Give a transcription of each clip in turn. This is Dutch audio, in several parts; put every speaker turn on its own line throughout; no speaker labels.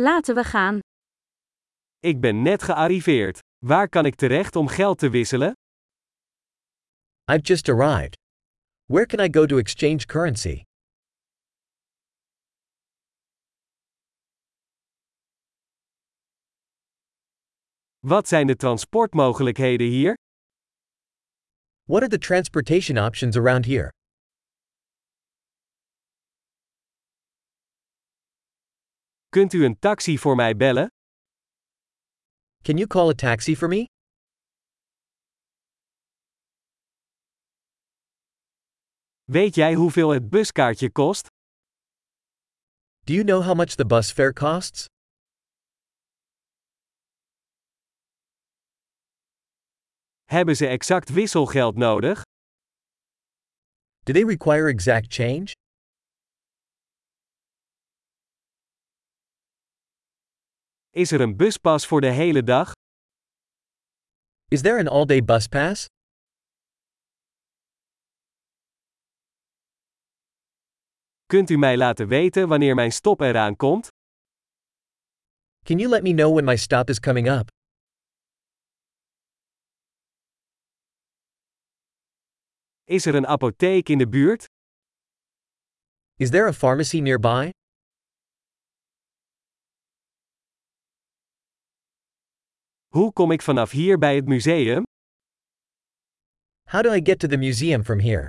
Laten we gaan.
Ik ben net gearriveerd. Waar kan ik terecht om geld te wisselen?
I've just arrived. Where can I go to exchange currency?
Wat zijn de transportmogelijkheden hier?
What are the transportation options around here?
Kunt u een taxi voor mij bellen?
Can you call a taxi for me?
Weet jij hoeveel het buskaartje kost?
Do you know how much the bus fare costs?
Hebben ze exact wisselgeld nodig?
Do they require exact change?
Is er een buspas voor de hele dag?
Is there an all day bus pass?
Kunt u mij laten weten wanneer mijn stop eraan komt?
Can you let me know when my stop is coming up?
Is er een apotheek in de buurt?
Is there a pharmacy nearby?
Hoe kom ik vanaf hier bij het museum?
How do I get to the museum from here?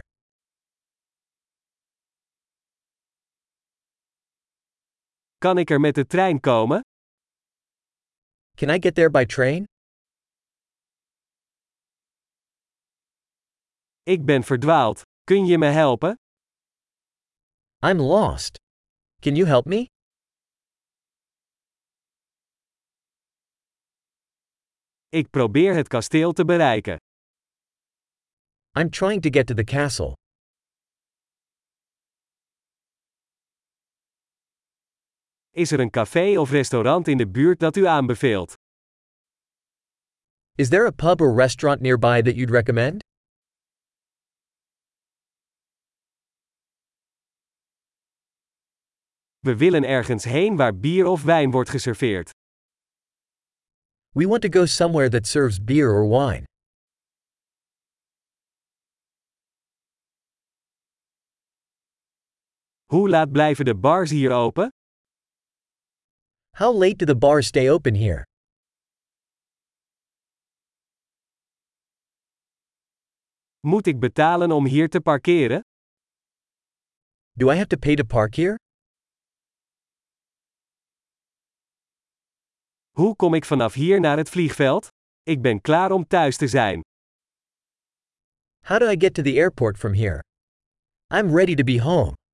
Kan ik er met de trein komen?
Can I get there by train?
Ik ben verdwaald. Kun je me helpen?
I'm lost. Can you help me?
Ik probeer het kasteel te bereiken.
I'm trying to get to the castle.
Is er een café of restaurant in de buurt dat u aanbeveelt?
Is there a pub or restaurant nearby that you'd recommend?
We willen ergens heen waar bier of wijn wordt geserveerd.
We want to go somewhere that serves beer or wine.
Hoe laat blijven de bars hier open?
How late do the bars stay open here?
Moet ik betalen om hier te parkeren?
Do I have to pay to park here?
Hoe kom ik vanaf hier naar het vliegveld? Ik ben klaar om thuis te zijn.
How do I get to the airport from here? I'm ready to be home.